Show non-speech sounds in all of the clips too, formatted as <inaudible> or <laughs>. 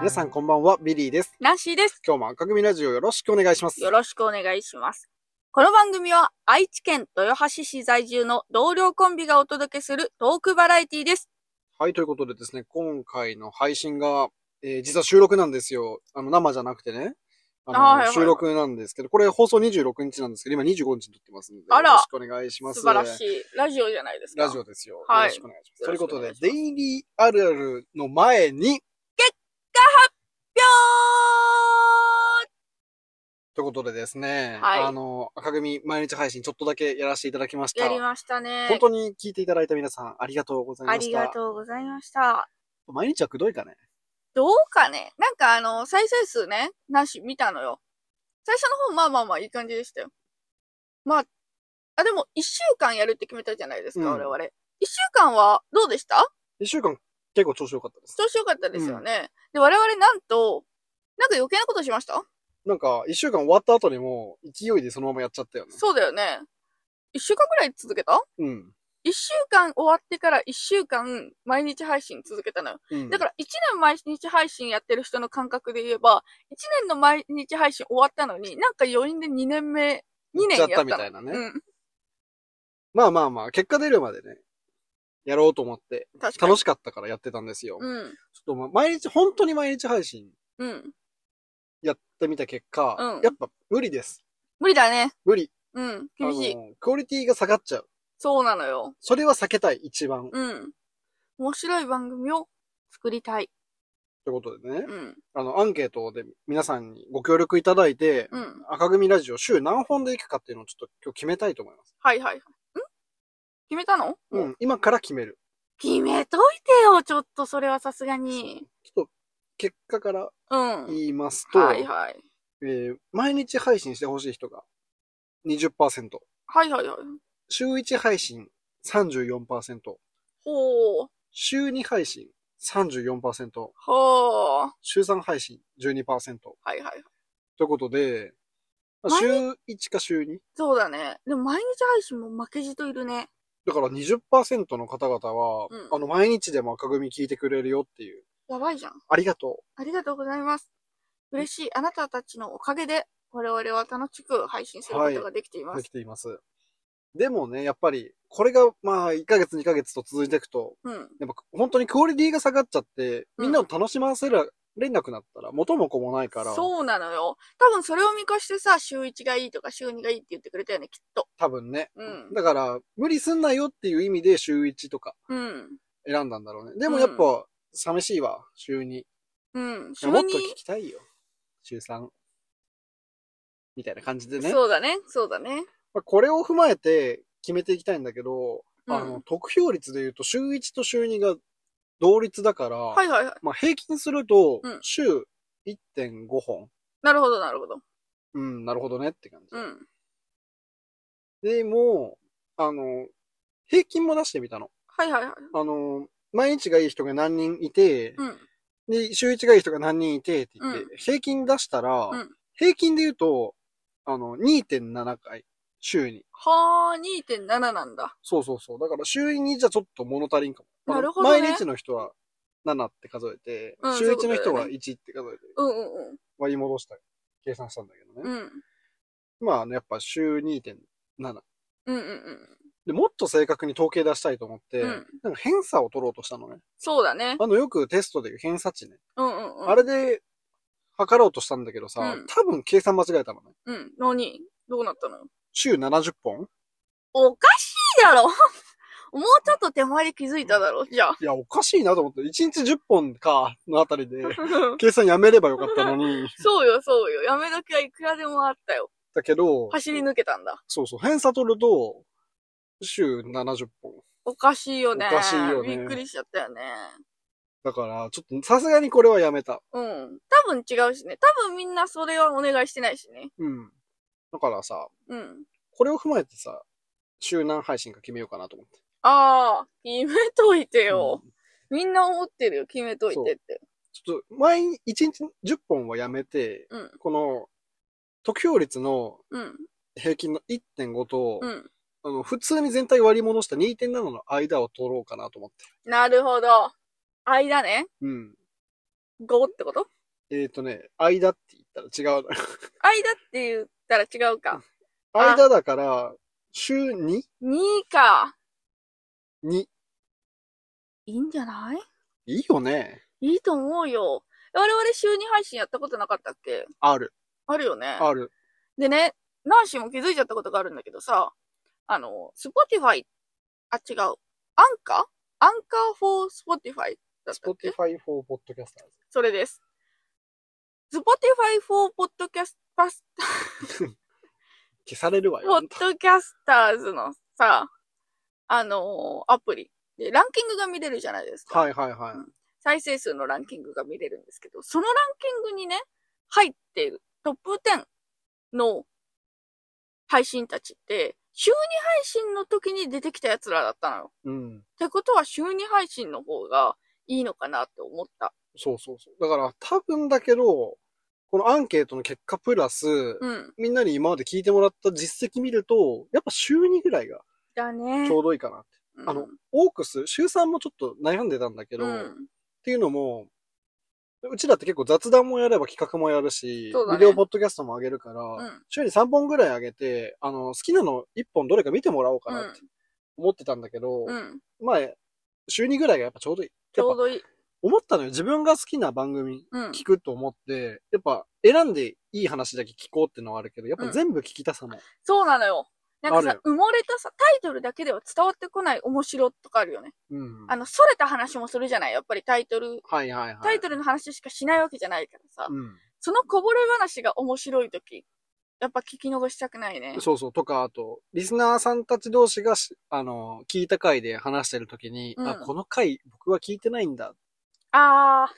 皆さんこんばんは、ビリーです。ナンシーです。今日も赤組ラジオよろしくお願いします。よろしくお願いします。この番組は愛知県豊橋市在住の同僚コンビがお届けするトークバラエティです。はい、ということでですね、今回の配信が、えー実は収録なんですよ。あの、生じゃなくてね。あのあーはいはいはい収録なんですけど、これ放送26日なんですけど、今25日に撮ってますんで、あらよろしくお願いします。素晴らしい。ラジオじゃないですか。ラジオですよ。よはいろしくお願いします。ということよでろし、くおデ願いしイますリーあるあるの前に、ぴょということでですね、はいあの、赤組毎日配信ちょっとだけやらせていただきましーんた。やりましたね。本当に聞いていただいた皆さん、ありがとうございあましりた。がとうございました。毎日はくどいかね。どうかねなんかあの、再生数ね、なし、見たのよ。最初の方、まあまあまあ、いい感じでしたよ。まあ、あ、でも、一週間やるって決めたじゃないですか、うん我々。一週間は、どうでした一週間結構調子良かったです。調子良かったですよね。で、我々なんと、なんか余計なことしましたなんか、一週間終わった後にも、勢いでそのままやっちゃったよね。そうだよね。一週間くらい続けたうん。一週間終わってから一週間毎日配信続けたのよ。うん、だから一年毎日配信やってる人の感覚で言えば、一年の毎日配信終わったのに、なんか余韻で2年目、2年やったやっちゃったみたいなねのうん。まあまあまあ、結果出るまでね、やろうと思って、確かに。楽しかったからやってたんですよ。ちょっうん。と、ま、毎日、本当に毎日配信うん。やってみた結果、うんやっぱ無理です。無理だね。無理。うん。厳しいあ。のクオリティが下がっちゃう。そうなのよ。それは避けたい、一番。ってうん。面白い番組を作りたい。ことでねう、ん。あの、アンケートで皆さんにご協力いただいて、うん。赤組ラジオ週何本でいくかっていうのをちょっと今日決めたいと思います。はいはいはい。ん決めたのう。ん、今から決める。決めといてよ、ちょっと、それはさすがに。ちょっと、結果からうん。言いますと、はいはい。えー毎日配信してほしい人が20%、はいはいはい。週1配信34%、ほう。週2配信34%、ほう。週3配信12%とはいはい。いうことで、まあ週1か週 2? そうだね。でも毎日配信も負けじといるね。だから20%の方々は、うんあの、毎日でも赤組聞いてくれるよっていう、やばいじゃん。ありがと、ありがとうございます。嬉しい。あなたたちのおかげで、我々は楽しく配信することができていうま。ですきています。でもね、やっぱり、これが、まあ、1ヶ月2ヶ月と続いていくと、うん。やっぱ本当にクオリティが下がっちゃって、うんみんなを楽しませられなくなったら、元も子もないから、そうなのよ。多分それを見越してさ、週1がいいとか週2がいいって言ってくれたよね、きっと。多分ね、うんだから、無理すんなよっていう意味で週1とかうん。選んだんだろうね。でもやっぱ、う寂しいわ、週2。いうん。週や2もっと聞きたいよ、週3。みたいな感じでね。そうだね。そうだね。まあこれを踏まえて決めていきたいんだけど、うんあの、得票率で言うと週1と週2が同率だから、はいはいはい。まあ平均するとうん、週1.5本。なるほど、なるほど。うん、なるほどねって感じ。うん。でも、あの、平均も出してみたの。はいはいはい。あの、毎日がいい人が何人いて、うん。で、週一がいい人が何人いてって言って、うん平均出したら、うん平均で言うと、あの、2.7回、週に。はー、2.7なんだ。そうそうそう。だから週にじゃちょっと物足りんかも。なるほどね毎日の人は7って数えて、うん週一の人そうだよはね1って数えて、うんうん割り戻した、計算したんだけどうね。ん。うん。まあね、やっぱ週2.7。うんうんうん。で、もっと正確に統計出したいと思って、うんなんか偏差を取ろうとしたのね。そうだね。あの、よくテストでいう偏差値ね。うんうんうん。あれで測ろうとしたんだけどさ、うん多分計算間違えたのね。うん。何どうなったのよ。週70本おかしいだろ <laughs> もうちょっと手前で気づいただろじゃあ。いや、おかしいなと思って、1日10本か、のあたり <laughs> で、計算やめればよかったのに。そうよ、そうよ。やめ時はいくらでもあったよ。だけど、走り抜けたんだ。そうそう、偏差取ると、週70本。おかしいよね。おかしいよねびっくりしちゃったよね。だから、ちょっとさすがにこれはやめた。うん。多分違うしね。多分みんなそれはお願いしてないしね。うん。だからさ、うん。これを踏まえてさ、週何配信か決めようかなと思って。ああ、決めといてよ。うんみんな思ってるよ、決めといてって。ちょっと、毎日1日10本はやめて、うんこの、得票率のうん。平均の1.5と、うん。あの、普通に全体割り戻した2.7の間を取ろうかなと思って。なるほど。間ね。うん。 5ってことえっ、とね、間って言ったら違うのよ。間って言ったら違うか。あ間だから、週 2?2? 2か。いいいんじゃないいよね。いいと思うよ。我々週2配信やったことなかったっけある。あるよね。ある。でね、ナンシーも気づいちゃったことがあるんだけどさ、あの、スポティファイ、あ、違う。アンカーアンカー for Spotify だっスたポっティけファイ for ポッドキャスそれです。スポティファイ for Podcast、パス消されるわポよッ。ドキャスターズのさ、あのーアプリで、ランキングが見れるじゃないですか。はいはいはい。再生数のランキングが見れるんですけど、そのランキングにね、入っているトップ10の配信たちって、週2配信の時に出てきた奴らだったのよ。うん。ってことは週2配信の方がいいのかなって思った。そうそうそう。だから多分だけど、このアンケートの結果プラス、うん。みんなに今まで聞いてもらった実績見ると、やっぱ週2ぐらいがだねち。ょうどいいかなって。うんあの、オークス、週3もちょっと悩んでたんだけど、うっん。ていうのも、うちだって結構雑談もやれば企画もやるし、そうだねビデオポッドキャストも上げるから、うん。週に3本ぐらい上げて、あの、好きなの1本どれか見てもらおうかうなっんて。思ってたんだけど、うん。まあ、週2ぐらいがやっぱちょうどいい。ちょうどいい。思ったのよ。自分が好きな番組うん。聞くと思って、やっぱ選んでいい話だけ聞こうってのはあるけど、やっぱ全部聞きたさも。そうなのよ。なんかあるさ、埋もれたさ、タイトルだけでは伝わってこない面白とかあるよね。うん。あの、それた話もするじゃないやっぱりタイトル、はいはいはい。タイトルの話しかしないわけじゃないからさ。うそのこぼれ話が面白いとき、やっぱ聞き逃したくないねん。。そうそう。とか、あと、リスナーさんたち同士がし、あの、聞いた回で話してるときに、うんあ、この回僕は聞いてないんだっああ、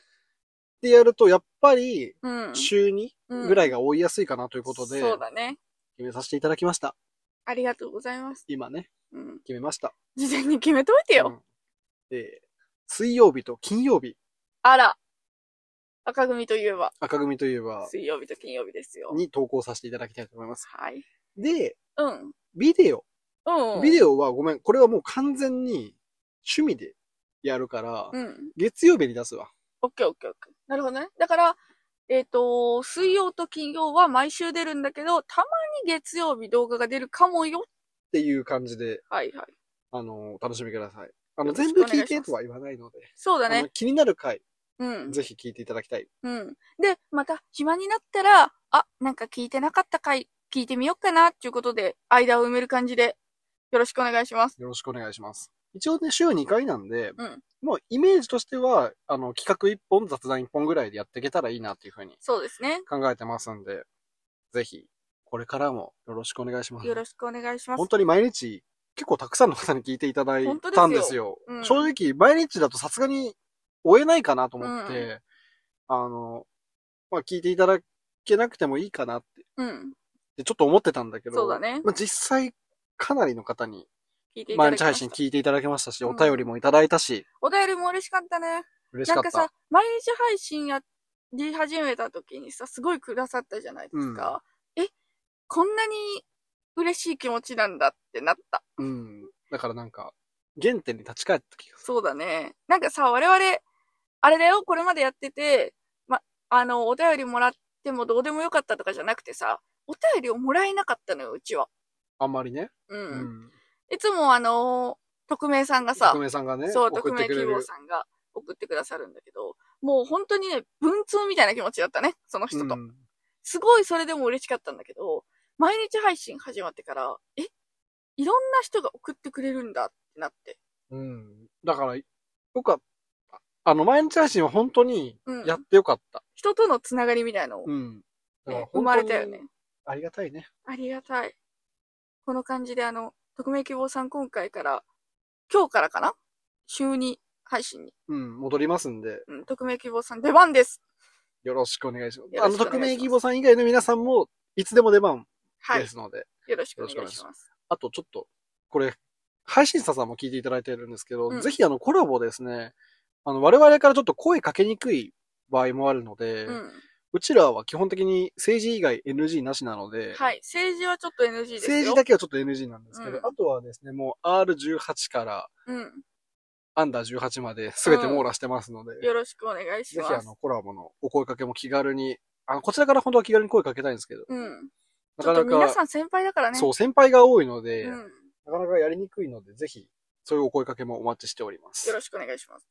てやると、やっぱり、うん。週2うんぐらいが追いやすいかなということで、そうだね。決めさせていただきました。ありがとうございます。今ね、うん。決めました。事前に決めといてよ。うんで、水曜日と金曜日、あら。赤組といえば、赤組といえば、水曜日と金曜日ですよ。に投稿させていただきたいと思います。はい。で、うん。ビデオ。うん。ビデオはごめん、これはもう完全に趣味でやるから、うん。月曜日に出すわ。オッケーオッケーオッケー。なるほどね。だから、えっ、と、水曜と金曜は毎週出るんだけど、たまに月曜日動画が出るかもよ。っていう感じで、はいはい。あの、お楽しみください。あの、よろし全く部お願聞いしまいすてとは言わないので、そうだあねの。気になる回、うん。ぜひ聞いていただきたい。うん。で、また暇になったら、あ、なんか聞いてなかった回、聞いてみようかな、っていうことで、間を埋める感じで、よろしくお願いします。よろしくお願いします。一応ね、週2回なんで、うんもうイメージとしては、あの、企画1本、雑談1本ぐらいでやっていけたらいいなっていうふうにそうですね。考えてますんで、ぜひ、これからもよろしくお願いしますよ。ろしくお願いします本。当に毎日、結構たくさんの方に聞いていただいたんですよ。本当ですよ正直、毎日だとさすがに追えないかなと思って、あの、まあ、聞いていただけなくてもいいかなって、うん。ちょっと思ってたんだけど、そうだねまあ、実際、かなりの方に聞いていただ毎き日ま配し信た。聞いていただけましたし、うんお便りもいただいたし、お便りも嬉しかったね。嬉しなかんっかたさ。、毎日配信やり始めた時にさ、すごいくださったじゃないですか。え、こんなに嬉しい気持ちなんだってなった。うん。だからなんか、原点に立ち返った気がすそうだね。なんかさ、我々、あれだよ、これまでやってて、ま、あの、お便りもらってもどうでもよかったとかじゃなくてさ、お便りをもらえなかったのよ、うちは。る。あんまりね。うん。うん。いつもあの、匿名さんがさ匿、名さんがね、そう、送匿って名くれ希る望。さんが送ってくださるんだけど、もう本当にね、文通みたいな気持ちだったね、その人と。うんすごいそれでも嬉しかったんだけど、毎日配信始まってから、えいろんな人が送ってくれるんだってなって。うん。だから、僕は、あの、毎日配信は本当にうんやってよかった。人とのつながりみたいのを、うん。だからね本当生にまれたよね。。ありがたいね。ありがたい。この感じで、あの、匿名希望さん今回から、今日からかな週に配信に、うん、戻りますんで、うん、匿名希望さん出番です。よろしくお願いします。よあろの、しくお願いしま匿名す希望さん以外の皆さんも、いつでも出番はい。ですので、よろしくお願いしよます。あとちょっと、これ、配信者さんも聞いていただいてるんですけど、うんぜひあの、コラボですね、あの、我々からちょっと声かけにくい場合もあるので、う。うんちらは基本的に政治以外 NG なしなので、はい。政治はちょっと NG ですよ。政治だけはちょっと NG なんですけど、うんあとはですね、もう R18 から、うん。アンダー18まで全て網羅してますので、よろしくお願いしぜまひあすの。コラボのお声かけも気軽に、あの、こちらから本当は気軽に声かけたいんですけど、うん。なちかょっなと皆か、さん先輩だからね。そう、先輩が多いので、うん。なかなかやりにくいので、ぜひ、そういうお声かけもお待ちしておりまよす。ろしくお願いします。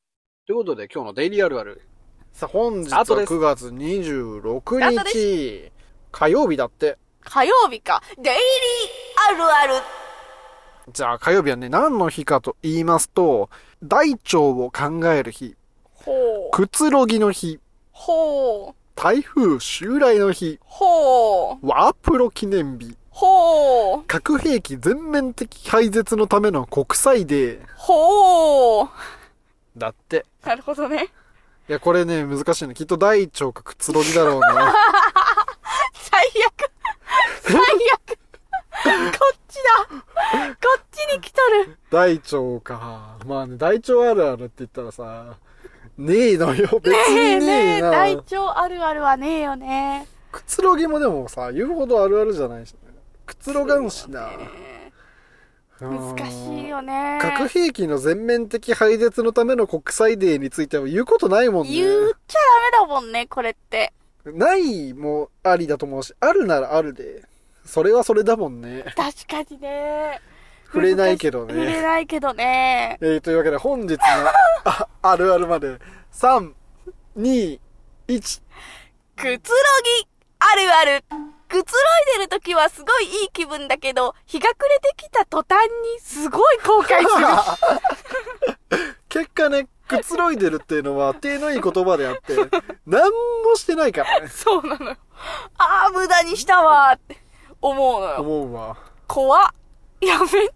ということで、今日のデイリーあるある。さあ、本日スタはートです9月26スタート日、火曜日だって。火曜日か。デイリーあるある。じゃあ、火曜日はね、何の日かと言いますと、大腸を考える日、ほう。くつろぎの日、ほう。台風襲来の日、ほう。ワープロ記念日、ほう。核兵器全面的廃絶のための国際デー。ほう。だって。なるほどね。いや、これね、難しいの。きっと大腸かくつろぎだろうな。最悪。最悪。こっちだ。こっちに来とる。大腸か。まあね、大腸あるあるって言ったらさ、ねえのよ。別ねえにねねええ、な。大腸あるあるはねえよね。くつろぎもでもさ、言うほどあるあるじゃないし、ね。くつろがんしな。うん難しい。よね。核兵器の全面的廃絶のための国際デーについては言うことないもんね。言っちゃダメだもんね、これって。ないもありだと思うし、あるならあるで。それはそれだもんね。確かにね。触れないけど触れね。ないけどね。えー、というわけで本日のああるあるまで、3、2、1。くつろぎあるあるくつろいでるときはすごいいい気分だけど、日が暮れてきた途端にすごい後悔する。結果ね、くつろいでるっていうのは手のいい言葉であって、何もしてないからね。そうなのよ。ああ、無駄にしたわーって思うのよ。思うわ。怖っ。やめてよ。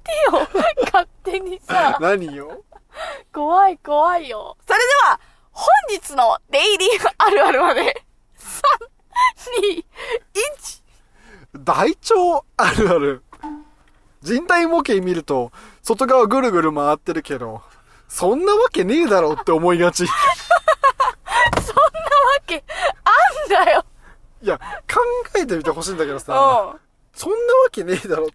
勝手にさ。何よ怖い怖いよ。それでは、本日のデイリーあるあるまで、3、2、1。大腸あるある。人体模型見ると、外側ぐるぐる回ってるけど、そんなわけねえだろって思いがち。いそんなわけ、あんだよ。や、考えてみてほしいんだけどさ、うん。そんなわけねえだろって。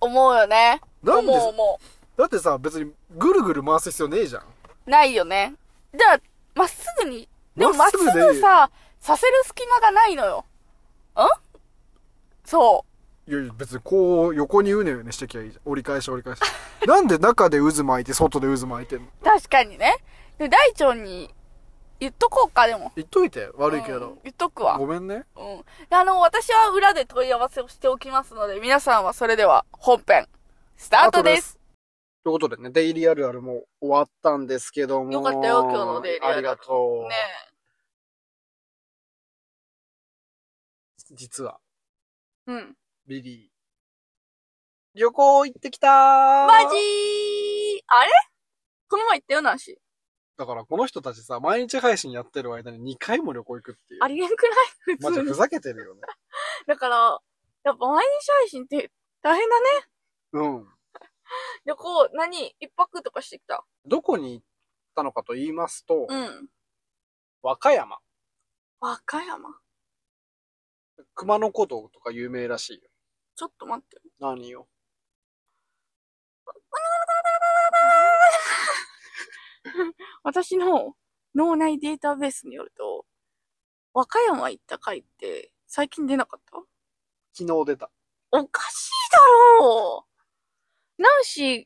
思うよね。なんで思う思だってさ、別にぐるぐる回す必要ねえじゃん。う。ないよね。じゃあ、まっすぐに。でもままっっすすぐでいいぐさ、させる隙間がないのよ。んそいやいや、別にこう横にうねうねしてきゃいいじゃん。折り返し折り返し。なんで中で渦巻いて、外で渦巻いてんのう。確かにね。でも大腸に言っとこうか、でも。言っといて、悪いけうんど。言っとくわ。ごめんね。うん。であの、私は裏で問い合わせをしておきますので、皆さんはそれでは本編、スタートです。ということでね、デイリーあるあるも終わったんですけども。よかったよ今日のデイリーあるあるありがとう。ね実は、え。うん。ビリー。旅行行ってきたーマジーあれこの前言ったよなし。だからこの人たちさ、毎日配信やってる間に2回も旅行行くっていう。ありえんくないマ普ジ通ふに。ざけてるよね。だから、やっぱ毎日配信って大変だね。うん。旅行、何一泊とかしてきた。どこに行ったのかと言いますと、うん。和歌山。和歌山。熊野古道とか有名らしいよ。ちょっと待って。 <laughs> 何よ。私の脳内データベースによると、和歌山行った回って最近出なかった昨日出た。おかしいだろうナンシー、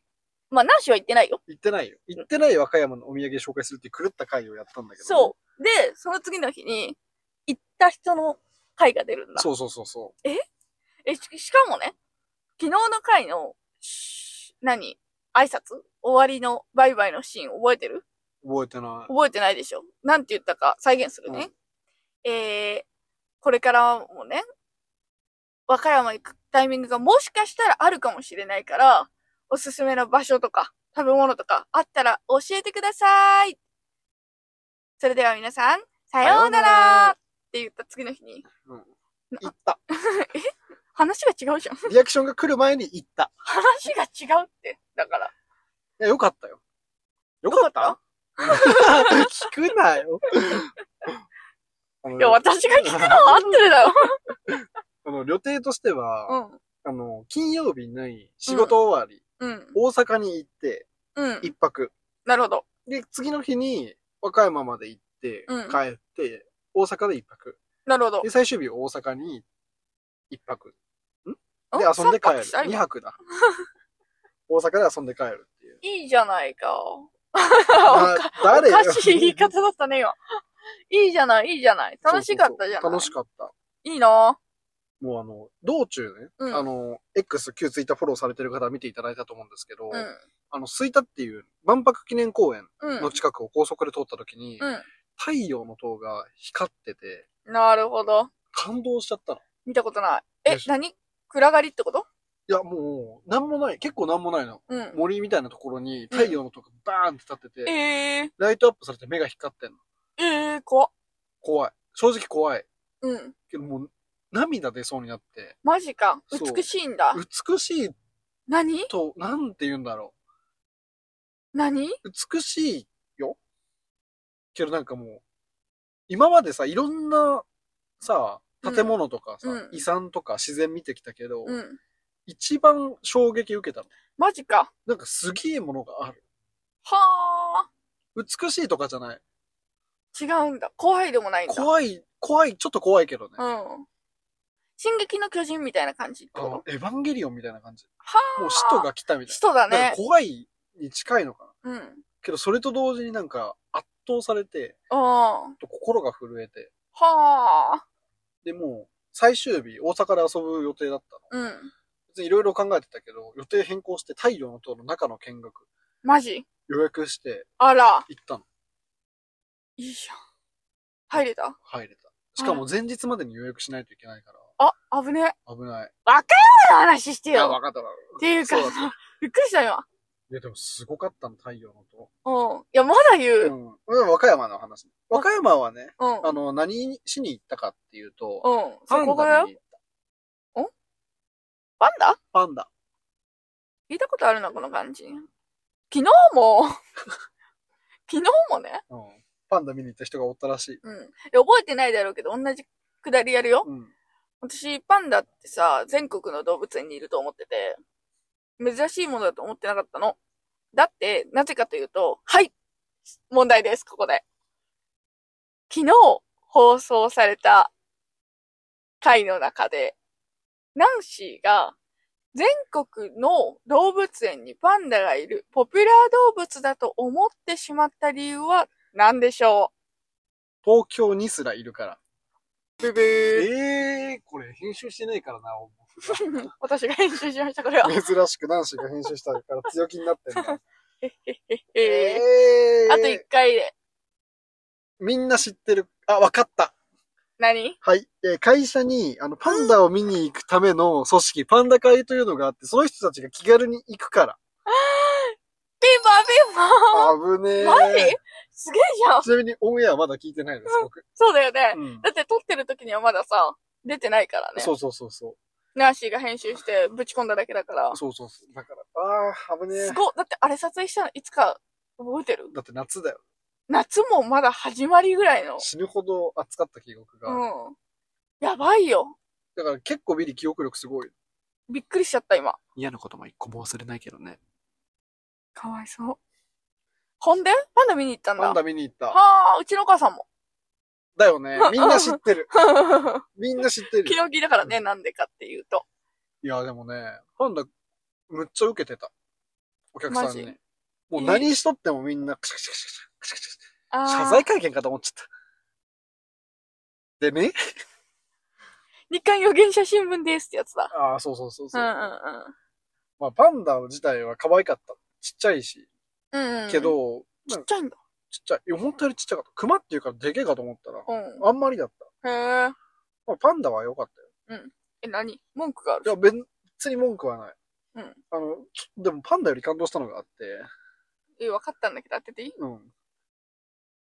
まあナンシーは行ってないよ。行ってないよ。行ってない和歌山のお土産紹介するっていう狂った回をやったんだけどね、そう。で、その次の日に行った人の回が出るんだ。そうそうそうそえ、ししかもね、昨日の回の、し何挨拶終わりのバイバイのシーン覚えてるう。覚えてない。覚えてないでしょなんて言ったか再現するね。えー、これからもね、和歌山行くタイミングがもしかしたらあるかもしれないから、おすすめの場所とか食べ物とかあったら教えてください。それでは皆さん、さよさようなうなららって言った次の日に、行った。話が違うじゃん。 <laughs> リアクションが来る前に行った。話が違うって。だから。いや、よかったよ。よかった <laughs> 聞くなよ。あのいや、私が聞くのは合ってるだろ。あの、旅程としては、うあの、金曜日に仕事終わり、ん。うん。大阪に行って、うん一。泊。なるほど。で、次の日に和歌山まで行って、うん帰って、大阪で一泊。なるほどで、。最終日大阪に一泊。おで、遊んで帰三る泊した。二今泊 <laughs> だ。大阪で遊んで帰るっていう。いいじゃないか。あ誰おかしい言 <laughs> い方だったね、今。いいじゃない、いいじゃない。楽しかったじゃない。そうそうそう楽しかった。いいなもうあの、道中ね、うんあの、X、旧ツイッターフォローされてる方は見ていただいたと思うんですけど、うん。あの、吹田っていう万博記念公園うん。の近くを高速で通った時に、うん太陽の塔が光ってて、なるほど。感動しちゃったの。見たことない。えよ、し何暗がりってこといや、もう、なんもない、結構なんもないの。うん。森みたいなところに太陽の塔がバーンって立ってて、えー、ライトアップされて目が光ってんの。えー、怖っ怖い。正直怖い。うん。けどもう、涙出そうになって、マジか。そう美しいんだ。美しい何と、なんて言うんだろう。何美しいよ。けどなんかもう、今までさ、いろんなさ、建物とかさ、うん遺産とか自然見てきたけど、うん。一番衝撃受けたの。マジか。なんかすげえものがある。は美しいとかじゃない。ー。違うんだ。怖いでもないんだ。怖い、怖い、ちょっと怖いけどね。うん。進撃の巨人みたいな感じってあことのエヴァンゲリオンみたいな感じ。はー。もう使徒が来たみたい使徒な。なだんねか。怖いに近いのかな。うん。けどそれと同時になんか圧倒されて、あー。心が震えて、はでもう最終日大阪で遊ぶ予定だったの。ー。うん。別にいろいろ考えてたけど、予定変更して太陽の塔の中の見学、マジ予約してあら。行ったの。いいじゃん。入れた入れた。しかも前日までに予約しないといけないかあ、危ねえ。ら、危ない。の話していや、よ。わかったわ。っっていうかそうだね、びっくりした今。いや、でもすごかったの、太陽の塔。うん。いや、まだ言うう。ん。和歌山の話。和歌山はね、うん。あの、何しに行ったかっていうと、うん。そパンこがダよに。行った。パンダパンダ。聞いたことあるな、この感じ。昨日 <laughs> も、昨日もね。うん。パンダ見に行った人がおったらしい。うん。で覚えてないだろうけど、同じくだりやるよ。うん。私、パンダってさ、全国の動物園にいると思ってて、珍しいものだと思ってなかったの。だって、なぜかというと、はい問題です、ここで。昨日放送された回の中で、ナンシーが全国の動物園にパンダがいるポピュラー動物だと思ってしまった理由は何でしょ東京にすらいるから。うブブー。ええー、これ編集してないからな、思う <laughs> 私が編集しました、これは。 <laughs> 珍しくナンシーが編集したから強気になってんだ。えーえーあと一回で。みんな知ってる。あ、わかった。何はい。えー会社に、あの、パンダを見に行くための組織、パンダ会というのがあって、その人たちが気軽に行くから。ピンポンピンポン危ねえ。マジすげえじゃんちなみにオンエアはまだ聞いてないです、僕。そうだよ <laughs> ね。うん。だって撮ってる時にはまださ、出てないからね。そうそうそうそう。ナーシーが編集してぶち込んだだけだから。そうそうそう。だから、ああ、危ねえす。ごっだってあれ撮影したのいつか覚えてるだって夏だよ。夏もまだ始まりぐらいの。死ぬほど暑かった記憶が。うん。やばいよ。だから結構ビリ記憶力すごい。びっくりしちゃった今。嫌なことも一個も忘れないけどね。かわいそう。ほんでパンダ見に行ったんだ。パンダ見に行った。はあ、うちのお母さんも。 <laughs> だよね。みんな知ってる。昨みんな知ってる。日聞いたからね、なんでかっていうと。いや、でもね、パンダ、むっちゃ受けてた。お客さんにマジ。もう何しとってもみんな、クシャクシャクシャクシャクシャクシあャー謝罪会見かと思っちゃった。でね、日刊予言者新聞ですってやつだ。ああ、そうそうそううそう、んうんまあ、パンダ自体は可愛かった。ちっちゃいし。うん。うんうん、け、ど、ちっちゃいんだ。ちっちゃい。いや、本当にちっちゃかった。熊っていうからでけえかと思ったら、うん。あんまりだった。へえ。まあ、パンダは良かったよ。え、何文句があるいや、別に文句はない。うんあの、きでもパンダより感動したのがあって、え、分かったんだけど当てていいうん。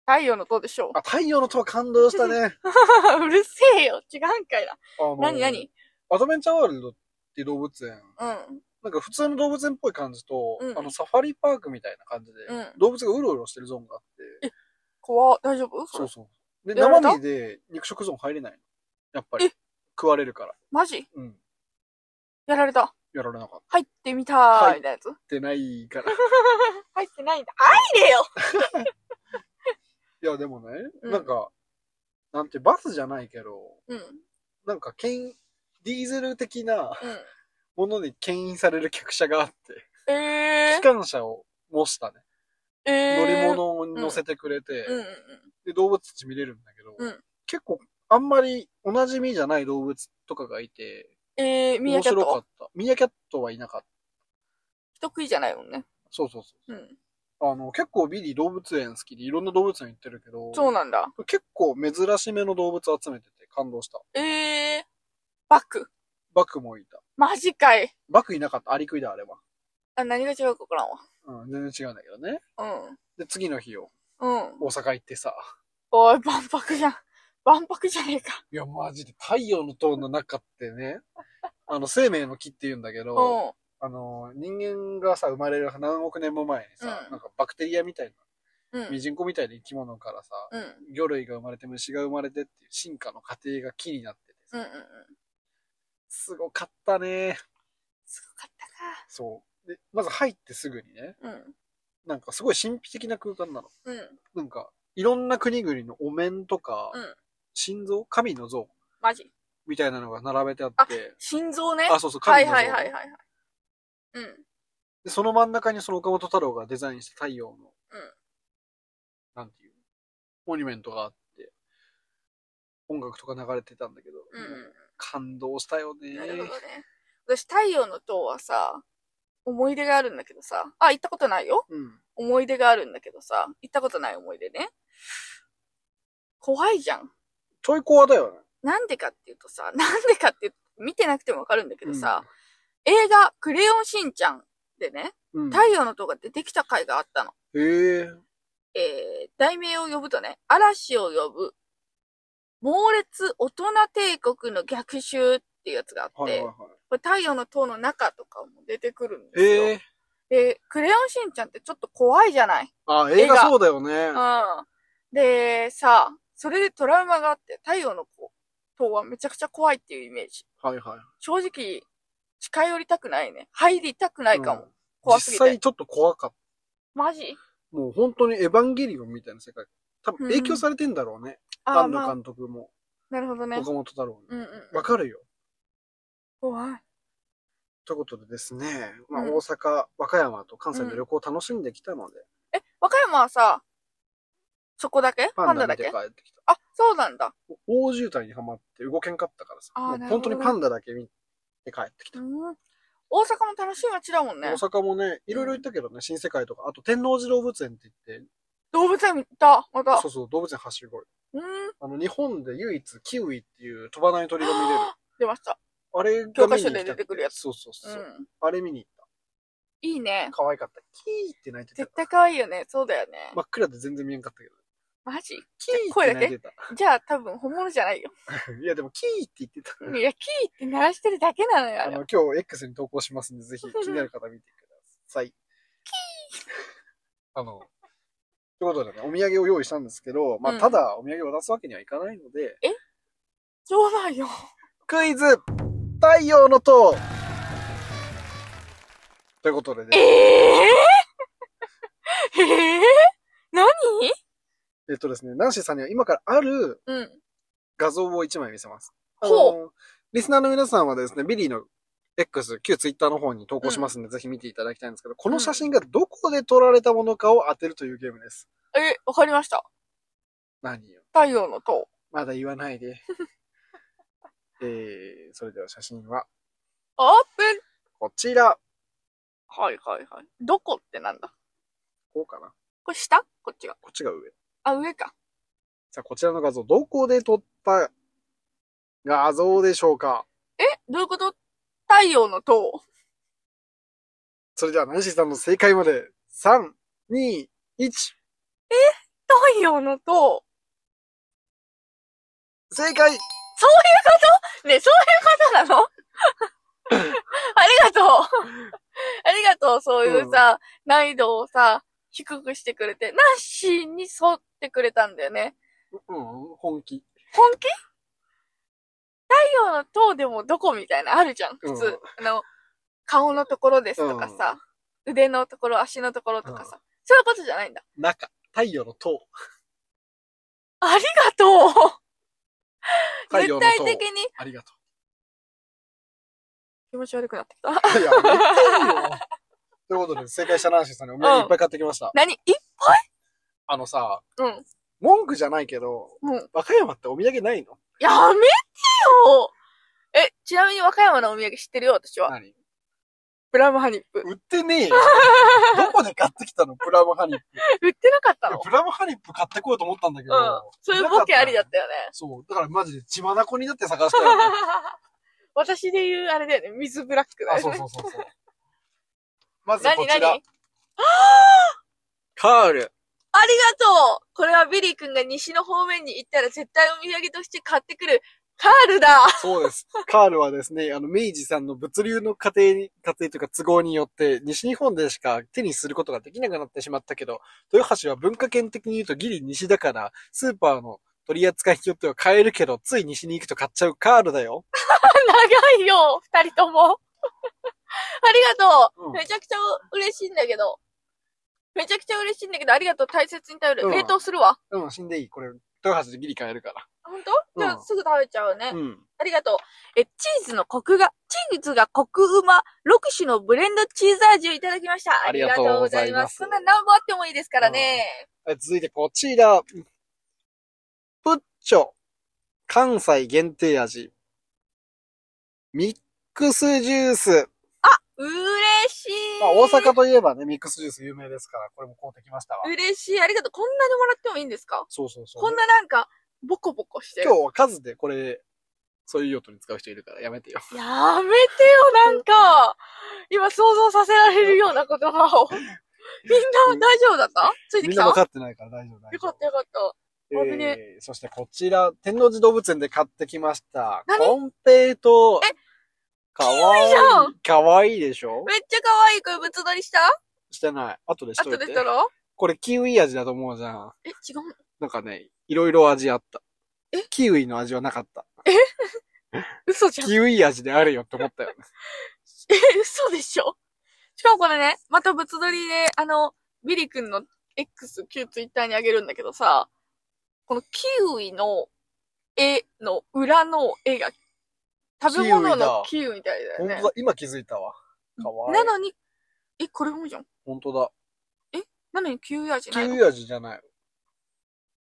太陽の塔でしょあ、太陽の塔は感動したね。 <laughs> う。うるせえよ。違うんかいな。あの何何アドベンチャーワールドっていう動物園、うん。なんか普通の動物園っぽい感じと、うんあのサファリパークみたいな感じで、うん動物がうろうろしてるゾーンがあって、怖っ大丈夫そうそう。で、やられた生身で肉食ゾーン入れないの。やっぱりえ。食われるから。マジうん。やられた。やられなかっ入ってみたいみたいなやつ。た。でないから。 <laughs> 入ってないんだ。入れよいや、でもね、うんなんか、なんて、バスじゃないけど、うん。なんか、けん、ディーゼル的なうん。ものに牽引される客車があって、え機関車を模したね、ー、え乗りー、物を乗せてくれて、うんうんで、動物たち見れるんだけど、うん結構、あんまりおなじみじゃない動物とかがいて、うん。えー、ミヤ面キャッ白かト。った。ミヤキャットはいなかった。人食いじゃないもんね。そうそうそう。うん。あの、結構ビリー動物園好きでいろんな動物園行ってるけど、そうなんだ。結構珍しめの動物集めてて感動した。えー、バク。バクもいた。マジかい。バクいなかった。アリクイだ、あれは。あ、何が違うか分からんわ。うん、全然違うんだけどね。で、次の日よ、うん。うん。大阪行ってさ、おい、万博じゃん。万博じゃねえか。いや、マジで太陽の塔の中ってね、あの、生命の木って言うんだけうど、ん。あの、人間がさ、生まれる何億年も前にさ、うんなんかバクテリアみたいうんな、。ミジンコみたいな生き物からさ、うん。魚類が生まれて虫が生まれてっていう進化の過程が木になっててうさ、んうん。すごかったね。すごかっそう。で、まず入ってすぐにね、たか。なんかすごい神秘的な空間なの。うん。うん。なんか、いろんな国々のお面とか、うん心臓神の像マジ。みたいなのが並べてあって、心臓ね。あ、そうそう、は神いの像。はいはいはいはい。うん。で、その真ん中にその岡本太郎がデザインした太陽の、うんなんていう、モニュメントがあって、音楽とか流れてたんだけど、う感動したよねん。。なるほどね。私、太陽の塔はさ、思い出があるんだけどさ、あ、行ったことないよ。うん。思い出があるんだけどさ、行ったことない思い出ね。怖いじゃん。ちょいコアだよね。なんでかっていうとさ、なんでかっていうと見てなくてもわかるんだけどさ、うん映画、クレヨンしんちゃんでね、うん。太陽の塔が出てきた回があったの。へええー、題名を呼ぶとね、嵐を呼ぶ、猛烈大人帝国の逆襲っていうやつがあっはて、いはいはこれ太陽の塔の中とかも出てくるんい。ですよ。へえで、クレヨンしんちゃんってちょっと怖いじゃないあ、映絵が画そうだよね。うん。で、さ、それでトラウマがあって、太陽の塔はめちゃくちゃ怖いっていうイメージ。はいはい。正直、近寄りたくないね。入りたくないかも。うん怖すぎ実て。際ちょっと怖かっマジた。もう本当にエヴァンゲリオンみたいな世界。多分影響されてんだろうね。あ庵あ、ま野あ、監督も、なるほどね。岡本太郎うに。んうん。わかるよ。怖い。ということでですね、まあ、うん大阪、和歌山と関西の旅行を楽しんできたので、え、和歌山はさ、そこだけパパンンダダだ見てけ帰ってきた。あ、そうなんだ。大渋滞にはまって動けんかったからさ、あーもうなるほ本ど当ねにパンダだけ見て帰ってきうた。ん。大阪も楽しい街だもんね大。阪もね、いろいろ行ったけどね、新世界とか、あと天王寺動物園って言って、動物園見た、またそ。うそう、動物園はしご。うん。あの、日本で唯一キウイっていう飛ばない鳥が見れる。出ました。あれが教見科に行書きたで出くててくるやつ。そうそううそう。ん。あれ見に行っいいねた。。可愛かった。キーって鳴いてた絶。対可愛いよね。そうだよね。真っ暗で全然見えんかったけど。マジキーっ声てだ鳴いけてた。じゃあ多分本物じゃないよ。 <laughs> いや、でもキーって言ってた。いや、キーって鳴らしてるだけなのよ、ああれは。の、今日 X に投稿しますんで、ぜひ気になる方見てください。あの、ということでね、お土産を用意したんですけど、まうんあ、ただお土産を渡すわけにはいかないので、そうなんよ。クイズ太陽の塔ということでえね、えー、 <laughs> ええー、何えっとですね、ナンシーさんには今からあるうん。画像を1枚見せます。あほうの、リスナーの皆さんはですね、ビリーの X、旧 Twitter の方に投稿しますんで、ぜひ見ていただきたいんですけど、この写真がどこで撮られたものかを当てるというゲームです。え、わかりました。何よ。太陽の塔。まだ言わないで。 <laughs> えー、それでは写真はオープンこちら。はいはいはい。どこってなんだこうかな。これ下こっちが。こっちが上。あ、上か。さあ、こちらの画像、どこで撮った画像でしょうかえ、どういうこと太陽の塔。それでは、ナンシーさんの正解まで、3、2、1、太陽の塔。正解ね、そういうことなの <laughs> ありが <laughs> とう。ありがとう、そういうさ、難易度をさ、低くしてくれて、なしに沿ってくれたんだよね。うん、うん本気。本気太陽の塔でもどこみたいな、あるじゃん、普通。うんあの、顔のところですとかさ、腕のところ、足のところとかさ、そういうことじゃないんだ。中、太陽の塔。ありがとう太陽絶の対塔。的にありがと気持ち悪くなってきた。 <laughs> う。いや、めっちゃいいよ。ということで、正解したナンシーさんにお土産いっぱい買ってきました。何いっあのさ、うん。文句じゃないけど、うん和歌山ってお土産ないのやめてよえ、ちなみに和歌山のお土産知ってるよ、私は。何プラムハニップ。売ってねえ <laughs> よ。どこで買ってきたのプラムハニップ。売ってなかっ <laughs> たのプラムハニップ買ってこようと思ったんだけど、うんそういうボケありだったよね。そう。だからマジで血眼になって探 <laughs> したよ、ね。私で言うあれだよね、水ブラックだあ、よそうね。そうそうそう。まずこ何ちら何。カール。ありがとうこれはビリー君が西の方面に行ったら絶対お土産として買ってくるカールだ <laughs> そうです。カールはですね、あの、明治さんの物流の過程に、過程というか都合によって、西日本でしか手にすることができなくなってしまったけど、豊橋は文化圏的に言うとギリ西だから、スーパーの取り扱いによっては買えるけど、つい西に行くと買っちゃうカールだよ。長いよ、二人とも。 <laughs> ありがとう、うんめちゃくちゃ嬉しいんだけど。めちゃくちゃ嬉しいんだけど、ありがとう。大切に頼る。うん冷凍するわ。うん、死んでいい。これ、豊橋でギリ買えるか本う当んじゃあすぐ食べちゃうね、ら。うん。ありがとう。え、チーズのコクが、チーズがコクうま、6種のブレンドチーズ味をいただきました。ありがとうございますありがとうございそんな何本あってもいいですからね。はい続いてこちら。プッチョ。関西限定味。ミックスジュース。嬉しい。まあ、大阪といえばね、ミックスジュース有名ですから、これも買うてきましたわ。嬉しい。ありがとう。こんなにもらってもいいんですかそうそうそう。こんななんか、ボコボコしてる今。日は数でこれ、そういう用途に使う人いるからやめてよ。やめてよ、なんか。今想像させられるような言葉 <laughs> を。みんな大丈夫だったついてみんきたなよ分かかっってないから大丈夫大丈夫。たよかった。危ねえーそしてこちら、天王寺動物園で買ってきました。何コンペイトえ。かわいいキウイじゃん。かわいいでしょめっちゃ可愛い声ぶつ撮りしたしてない。後でしと後いてで。したろこれキウイ味だと思うじゃん。え、違うなんかね、いろいろ味あったえ。キウイの味はなかった。嘘じゃん。え、キウイ味であるよって思ったよね。嘘でしょしかもこれね、またぶつ撮りで、あの、ビリ君の X、旧 Twitter にあげるんだけどさ、このキウイの絵の裏の絵が、食べ物のキウイみたいだよ本ね当。だ、今気づいたわ。かわいいな。のに、え、これもじゃん。本当だ。なのにキウイ味キないのウイ味じゃない。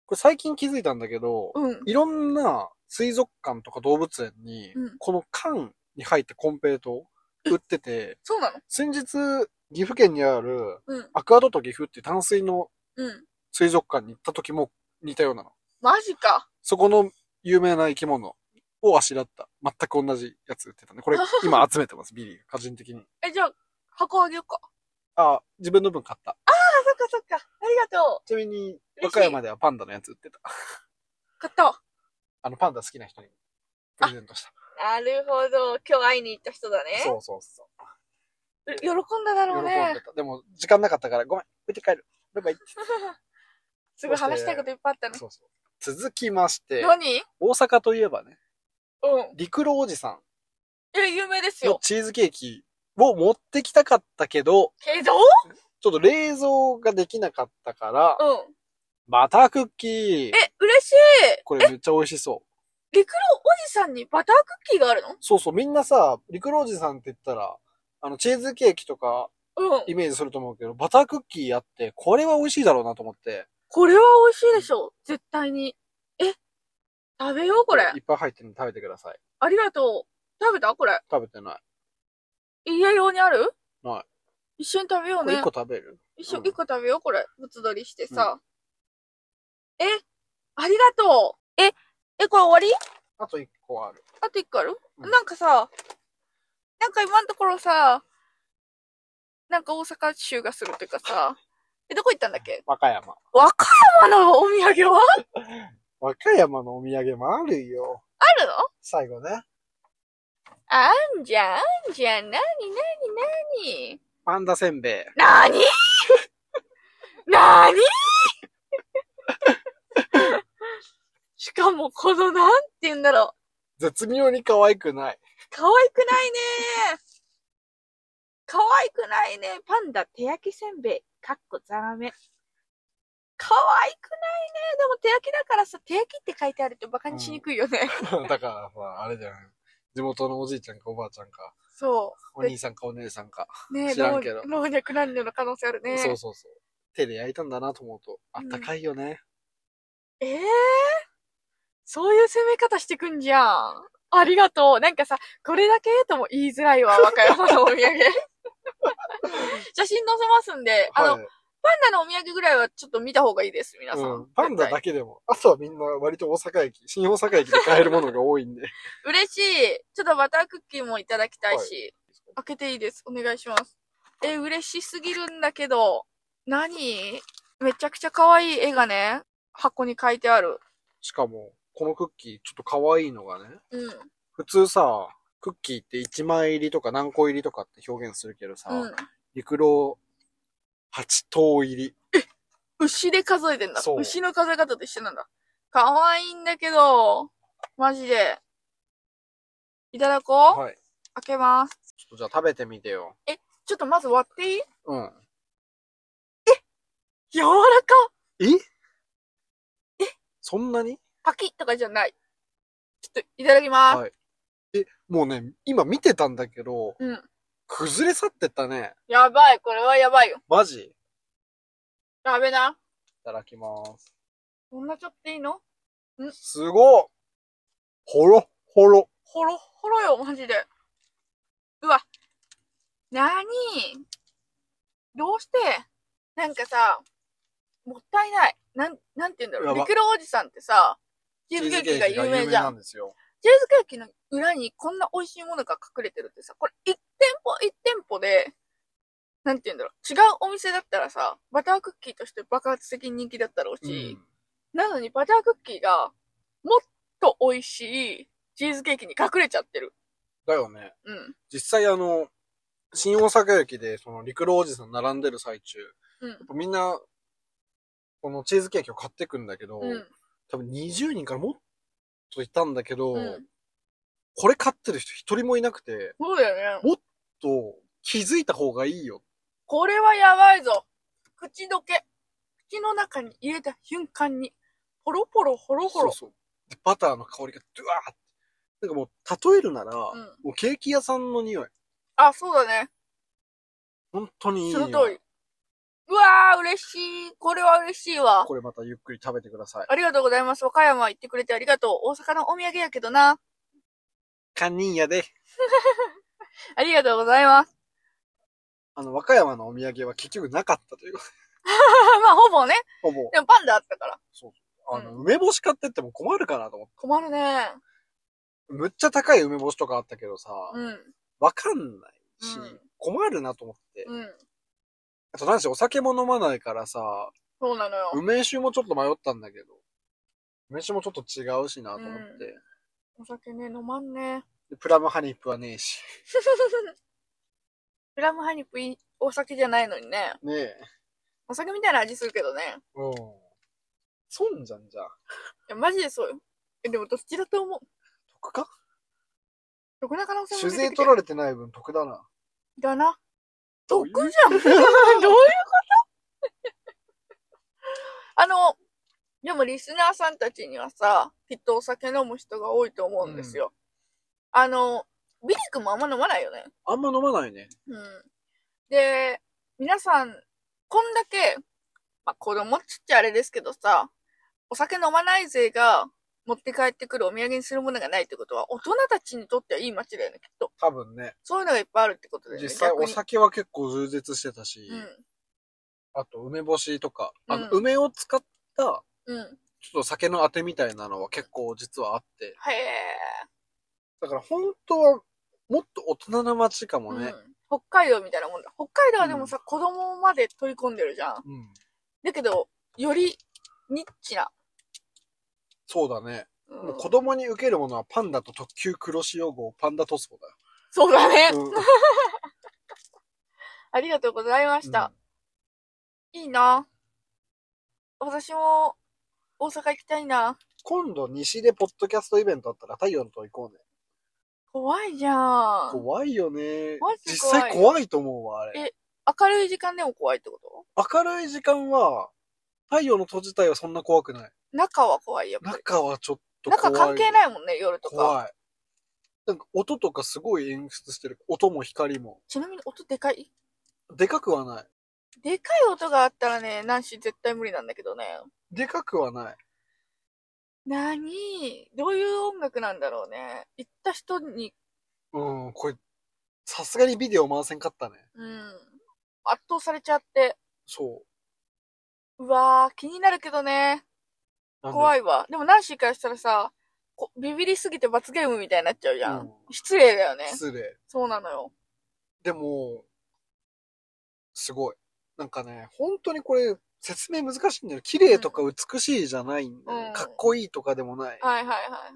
これ最近気づいたんだけど、うん。いろんな水族館とか動物園に、うんこの缶に入ってコンペイト売ってて、そうなの先日、岐阜県にあるうん。アクアドット岐阜っていう淡水のうん。水族館に行った時も似たようなの。マジか。そこの有名な生き物をあしらった。全く同じやつ売ってたね。こ <laughs> れ、今集めてます、ビリーが。個人的に。え、じゃあ、箱あげようか。あ、自分の分買った。あ、そっかそっか。ありがとう。ちなみに、嬉和しい歌山ではパンダのやつ売ってた。買ったわ。あの、パンダ好きな人にプレゼントした。なるほど。今日会いに行った人だね。そうそうそう。う喜んだだろ喜うんねで。た。でも、時間なかったから、ごめん、置いて帰る。バイバイ。すごい話したいこといっぱいあったね。そうそう。続きまして、何大阪といえばね、うん。陸路おじさえ、有名ですんのよ。チーズケーキを持ってきたかったけど、けどちょっと冷蔵ができなかったから、うん。バタークッキー。え、嬉しい。これめっちゃ美味しそう。陸路おじさんにバタークッキーがあるのそうそう、みんなさ、陸路おじさんって言ったら、あの、チーズケーキとかうんイ。メージすると思うけど、バタークッキーあって、これは美味しいだろうなと思って。これは美味しいでしょう。絶対に。え、食べよう、これい。っぱい入ってるの食べてください。ありがとう。食べたこれ。食べてない。家用にある。ない一緒に食べよこうれ1ね。個食べる一緒、うん一個食べよう、これ。ぶつ取りしてさ。え、ありがとう。え、え、これ終わりあと1個ある。あと一個ある、うんなんかさ、なんか今のところさ、なんか大阪州がするっていうかさ、え、どこ行ったんだっけ和歌山。和歌山のお土産は和歌山のお土産もあるよ。あるの最後ね。あんじゃん、あんじゃん、なになにパンダせんべい。なになになにしかもこのなんて言うんだろう。絶妙に可愛くない。可愛くないね可愛くないね。パンダ、手焼きせんべい。かっこざらめ。可愛くないね。でも手焼きだからさ、手焼きって書いてあるとバカにしにくいよね。 <laughs> だからさ、あれじゃない。地元のおじいちゃんかおばあちゃんか、 <laughs> そお兄さんかお姉さんか。う。ねえ、知らんけど老老若男女の可能性あるね。そうそうそう。手で焼いたんだなと思うと、あったかいよね。ええそういう攻め方してくんじゃん。ありがとう。なんかさ、これだけとも言いづらいわ、和歌山のお土産。 <laughs> 写真載せますんで、あの、はいパンダのお土産ぐらいはちょっと見た方がいいです、皆さん。うん。パンダ絶対だけでも、あとはみんな割と大阪駅、新大阪駅で買えるものが多いんで。 <laughs> 嬉しい。ちょっとバタークッキーもいただきたいはし。開けていいです。お願いします。え、嬉しすぎるんだけど、何めちゃくちゃ可愛い絵がね、箱に書いてある。しかも、このクッキー、ちょっと可愛いのがね、うん。普通さ、クッキーって1枚入りとか何個入りとかって表現するけどさ、うん。陸郎8頭入り。牛で数えてんだそ。う牛の数え方と一緒なんだ。可愛いんだけど、マジで。いただこう。はい。開けます。ちょっとじゃあ食べてみてよ。ちょっとまず割っていいうん。柔らかえそんなにパキッとかじゃない。ちょっといただきます。はいえ、もうね、今見てたんだけど、うん。崩れ去ってったね。やばい。これはやばいよ。マジいやべな。ただきます。こんなちょっていいのすごっほろっほろ。ほろほろよ、マジで。うわ。なにどうしてなんかさ、もったいない。なん、なんて言うんだろやう。ばリクロおじさんってさ、チーズケーキが有名じゃ。なんんですよ。チーズケーキの裏にこんな美味しいものが隠れてるってさ、これ一店舗一店舗で、なんて言うんだろう。違うお店だったらさ、バタークッキーとして爆発的に人気だったろううし、んなのにバタークッキーがもっと美味しいチーズケーキに隠れちゃってる。だよね。うん。実際あの、新大阪駅で、その、陸路おじさん並んでる最中、うん。みんな、このチーズケーキを買ってくんだけど、うん。多分20人からもっといたんだけど、うん。これ買ってる人一人もいなくて、そうだよね。と、気づいた方がいいよ。これはやばいぞ。口どけ。口の中に入れた瞬間に、ポロポロホロホそうロ。そう。でバターの香りがドゥワーって。なんかもう、例えるなら、うん。もうケーキ屋さんの匂い。あ、そうだね。本当にいいそ匂のい。通り。うわー、嬉しい。これは嬉しいわ。これまたゆっくり食べてください。ありがとうございます。和歌山行ってくれてありがとう。大阪のお土産やけどな。堪忍やで。ありがとうございます。 <laughs> あの、和歌山のお土産は結局なかったという。まあ、ほぼね。ほぼ。でもパンダあったから。あの、梅干し買ってっても困るかなと思って。困るね。むっちゃ高い梅干しとかあったけどさ、うん。わかんないし、うん困るなと思って。うん。あと、なんしお酒も飲まないからさ、そうなのよ。梅酒もちょっと迷ったんだけど、梅酒もちょっと違うしなと思って、うんでお酒ね、飲まんね。プラムハニップはねえし、 <laughs> プラムハニップいいお酒じゃないのにね。ねえ。お酒みたいな味するけどね。うん。損じゃんじゃあ。いや、マジでそうよ。え、でもどっちだと思う。得かろくな可能性も酒出て税き取てられてない分得だな。だな。得じゃん。どういうことあの、でもリスナーさんたちにはさ、きっとお酒飲む人が多いと思うんですよ。あの、ビリ君もあんま飲まないよね。あんま飲まないね。うん。で、皆さん、こんだけ、まあ、子供っちってあれですけどさ、お酒飲まない勢が持って帰ってくるお土産にするものがないってことは、大人たちにとってはいい街だよね、きっと。多分ね。そういうのがいっぱいあるってことだよね。実際逆おに酒は結構充実してたし、あと梅干しとか、あの、うん梅を使った、ちょうん。うん。っと酒のあてみたいなのは結構実はあって。へえ。だから本当はもっと大人な街かもうねん。、北海道みたいなもんだ。北海道はでもさ、子供まで取り込んでるじゃん。うん。だけど、よりニッチな。そうだね。うんもう子供に受けるものはパンダと特急黒潮号パンダ塗装そうだだね。よ。うんありがとうございました。いいな。私も、大阪行きたいな。今度西でポッドキャストイベントあったら太陽の塔行こうね。怖いじゃん。怖いよねマ。ジで実怖際い怖いと思うわ、あれ。え明るい時間でも怖いってこと明るい時間は、太陽の塔自体はそんな怖くない。中は怖い、やっぱり。中はちょっと怖い。中関係ないもんね、夜とか。怖い。なんか音とかすごい演出してる。音も光も。ちなみに音でかいでかくはない。でかい音があったらね、ナンシー絶対無理なんだけどね。でかくはない。なにどういう音楽なんだろうね。行った人に、うん、これ、さすがにビデオ回せんかったね。うん、圧倒されちゃって。そうわー、気になるけどね。う。怖い。いわ。でもナンシーからしたらさ、こビビりすぎて罰ゲームみたいになっちゃうじゃん。うん失礼だよね。失礼。そうなのよ。でも、すごい。なんかね、本当にこれ、説明難しいんだよ。綺麗とか美しいじゃないんだよね、うんかっこいいとかでもない。はいはいはいは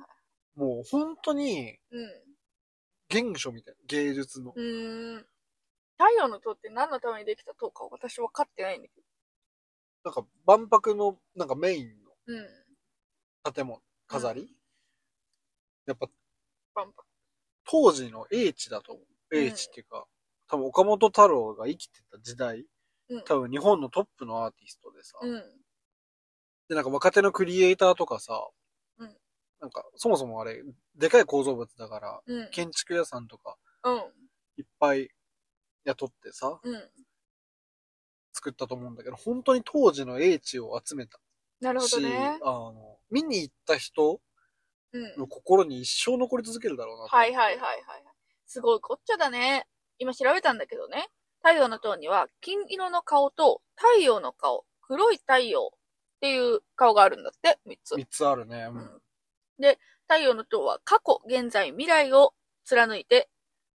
もう本当に、い。原書みたいな。芸術の。うん。うーん。太陽の塔って何のためにできた塔か私分かってないんだけなんか、万博の、なんかメインど。うん。の建物、飾り、うんやっぱ、バンバ当時の英知だと思う。うん英知っていうか、多分岡本太郎が生きてた時代、うん多分日本のトップのアーティストでさ、ン。うん。で、なんか若手のクリエイターとかさ、うんなんか、そもそもあれ、でかい構造物だから、うん。建築屋さんとかうん。いっぱい雇ってさ、うん。作ったと思うんだけど、本当に当時の英知を集めたなるほし、どね。あの、見に行った人うん。の心に一生残り続けるだろうなと思っはていはいはいはい。すごいこっちゃだね。今調べたんだけどね。太陽の塔には金色の顔と太陽の顔、黒い太陽っていう顔があるんだって、3つ。三つあるね。うんうんで、太陽の塔は過去、現在、未来を貫いて、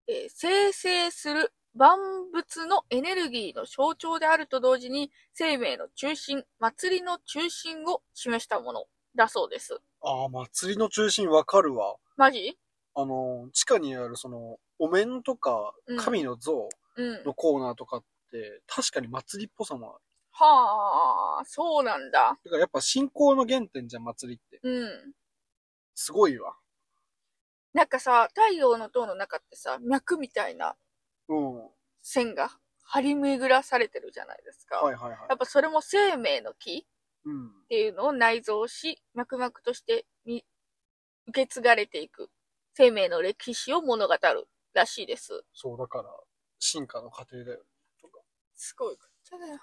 えー生成する万物のエネルギーの象徴であると同時に、生命の中心、祭りの中心を示したものだそうです。ああ、祭りの中心わかるわ。マジあの、地下にあるその、お面とかうん、神の像うん。のコーナーとかって、確かに祭りっぽさもある。はあ、そうなんだ。だからやっぱ信仰の原点じゃん、祭りって。うん。すごいわ。なんかさ、太陽の塔の中ってさ、脈みたいなうん。は線が張り巡らされてるじゃないですか。いはいはいや。っぱそれも生命の木うん。っていうのを内蔵し、脈々としてみ受け継がれていく生命の歴史を物語るらしいです。そう、だから、進化の過程だよ。すごい。そうだよ。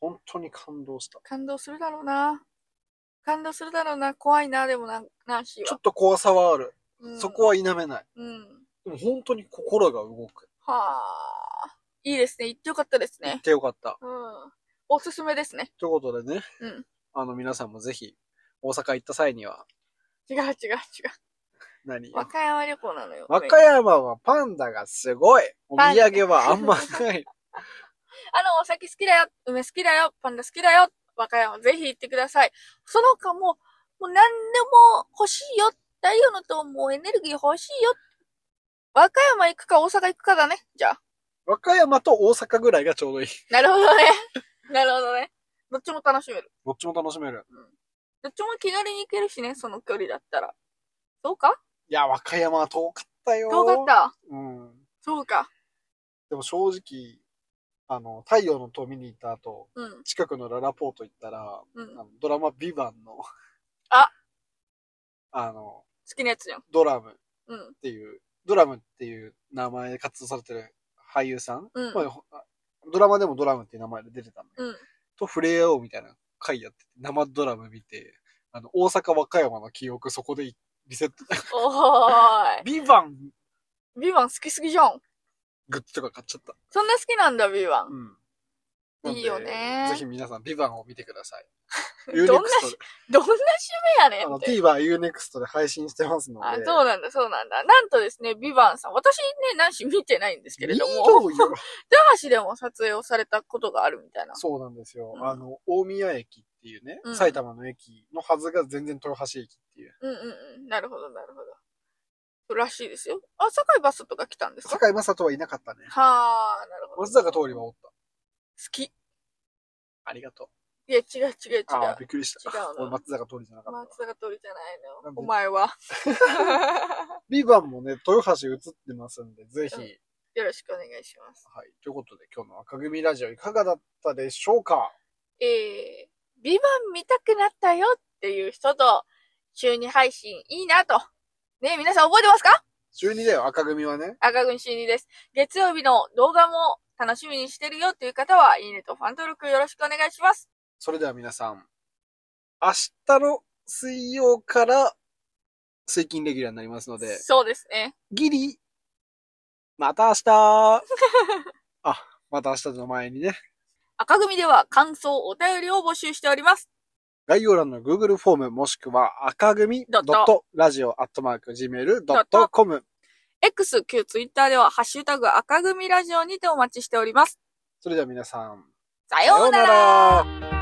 本当に感動した。感動するだろうな。感動するだろうな。怖いな、でもな、ナンシーちょはっ。と怖さはある。うんそこ。は否めない。うん。でも本当に心が動く。はあ。いいですね。行ってよかったです行っね。てよかった。うん。おすすめですね。ということでね、うん。あの皆さんもぜひ、大阪行った際には、違う違う違う。何和歌山旅行なのよ。和歌山はパンダがすごい。おパン土ダ産はあんまない。あの、お酒好きだよ、梅好きだよ、パンダ好きだよ、和歌山ぜひ行ってください。その他も、もう何でも欲しいよ、太陽の塔もエネルギー欲しいよ。和歌山行くか大阪行くかだね、じゃあ。和歌山と大阪ぐらいがちょうどいい。なるほどね。 <laughs> なるほどね。どっちも楽しめる。どっちも楽しめる。どっちも気軽に行けるしね、その距離だったら。そうかいや、和歌山は遠かったよ。遠かった。うん。そうか。でも正直、あの、太陽の塔見に行った後、うん、近くのララポート行ったら、うん。あ好のドラマビバンの、あ <laughs> あの、きなやつじゃん。ドラムっうん、ていう、ドラムっていう名前で活動されてる俳優さん、うんまあほドラマでもドラムっていう名前で出てたんだけどうん。と触れ合おうみたいな回やってて、生ドラム見て、あの、大阪和歌山の記憶そこでリ <laughs> セット。おービバンい。ビバン好きすぎじゃん。グッズとか買っちゃった。そんな好きなんだ、ビバン。うん。なんでいいよねぜひ皆さん、ビバンを見てくだ <laughs> さい。ど u ん n な e x t どんな趣味やねあんっの、て。 TVer、UNEXT で配信してますので。あ、そうなんだ、そうなんだ。なんとですね、ビバンさん、私ね、何し見てないんですけれども、 <laughs> 見ろよ駄橋でも撮影をされたことがあるみたいな。そうなんですよ。うんあの、大宮駅っていうね、うん埼玉の駅のはずが全然豊橋駅っていう。うんうんうん。なるほど、なるほど。そうらしいですよ。あ、堺バスとか来たんですか堺雅人はいなかったね。はあ、なるほど。松坂通りはおった。好き。ありがといや、違う違う違う。ああ、びっくりした。違うの俺松坂通りじゃなかったわ。松坂通りじゃないのなよん。でお前は。ビバンもね、豊橋映ってますんで、ぜひ、うんよろしくお願いします。はい。ということで、今日の赤組ラジオいかがだったでしょうかえー、ビバン見たくなったよっていう人と、週に配信いいなと。ねえ皆さん覚えてますか中2だよ、赤組はね。赤軍週2です。月曜日の動画も楽しみにしてるよっていう方は、いいねとファン登録よろしくお願いします。それでは皆さん、明日の水曜から、水金レギュラーになりますので、そうですね。ギリ、また明 <laughs> 日あ、また明日の前にね、赤組では感想、お便りを募集しております。概要欄の Google フォームもしくは赤組 .radio.gmail.com X、旧 Twitter では、ハッシュタグ赤組ラジオにてお待ちしております。それでは皆さん、さようなさようならら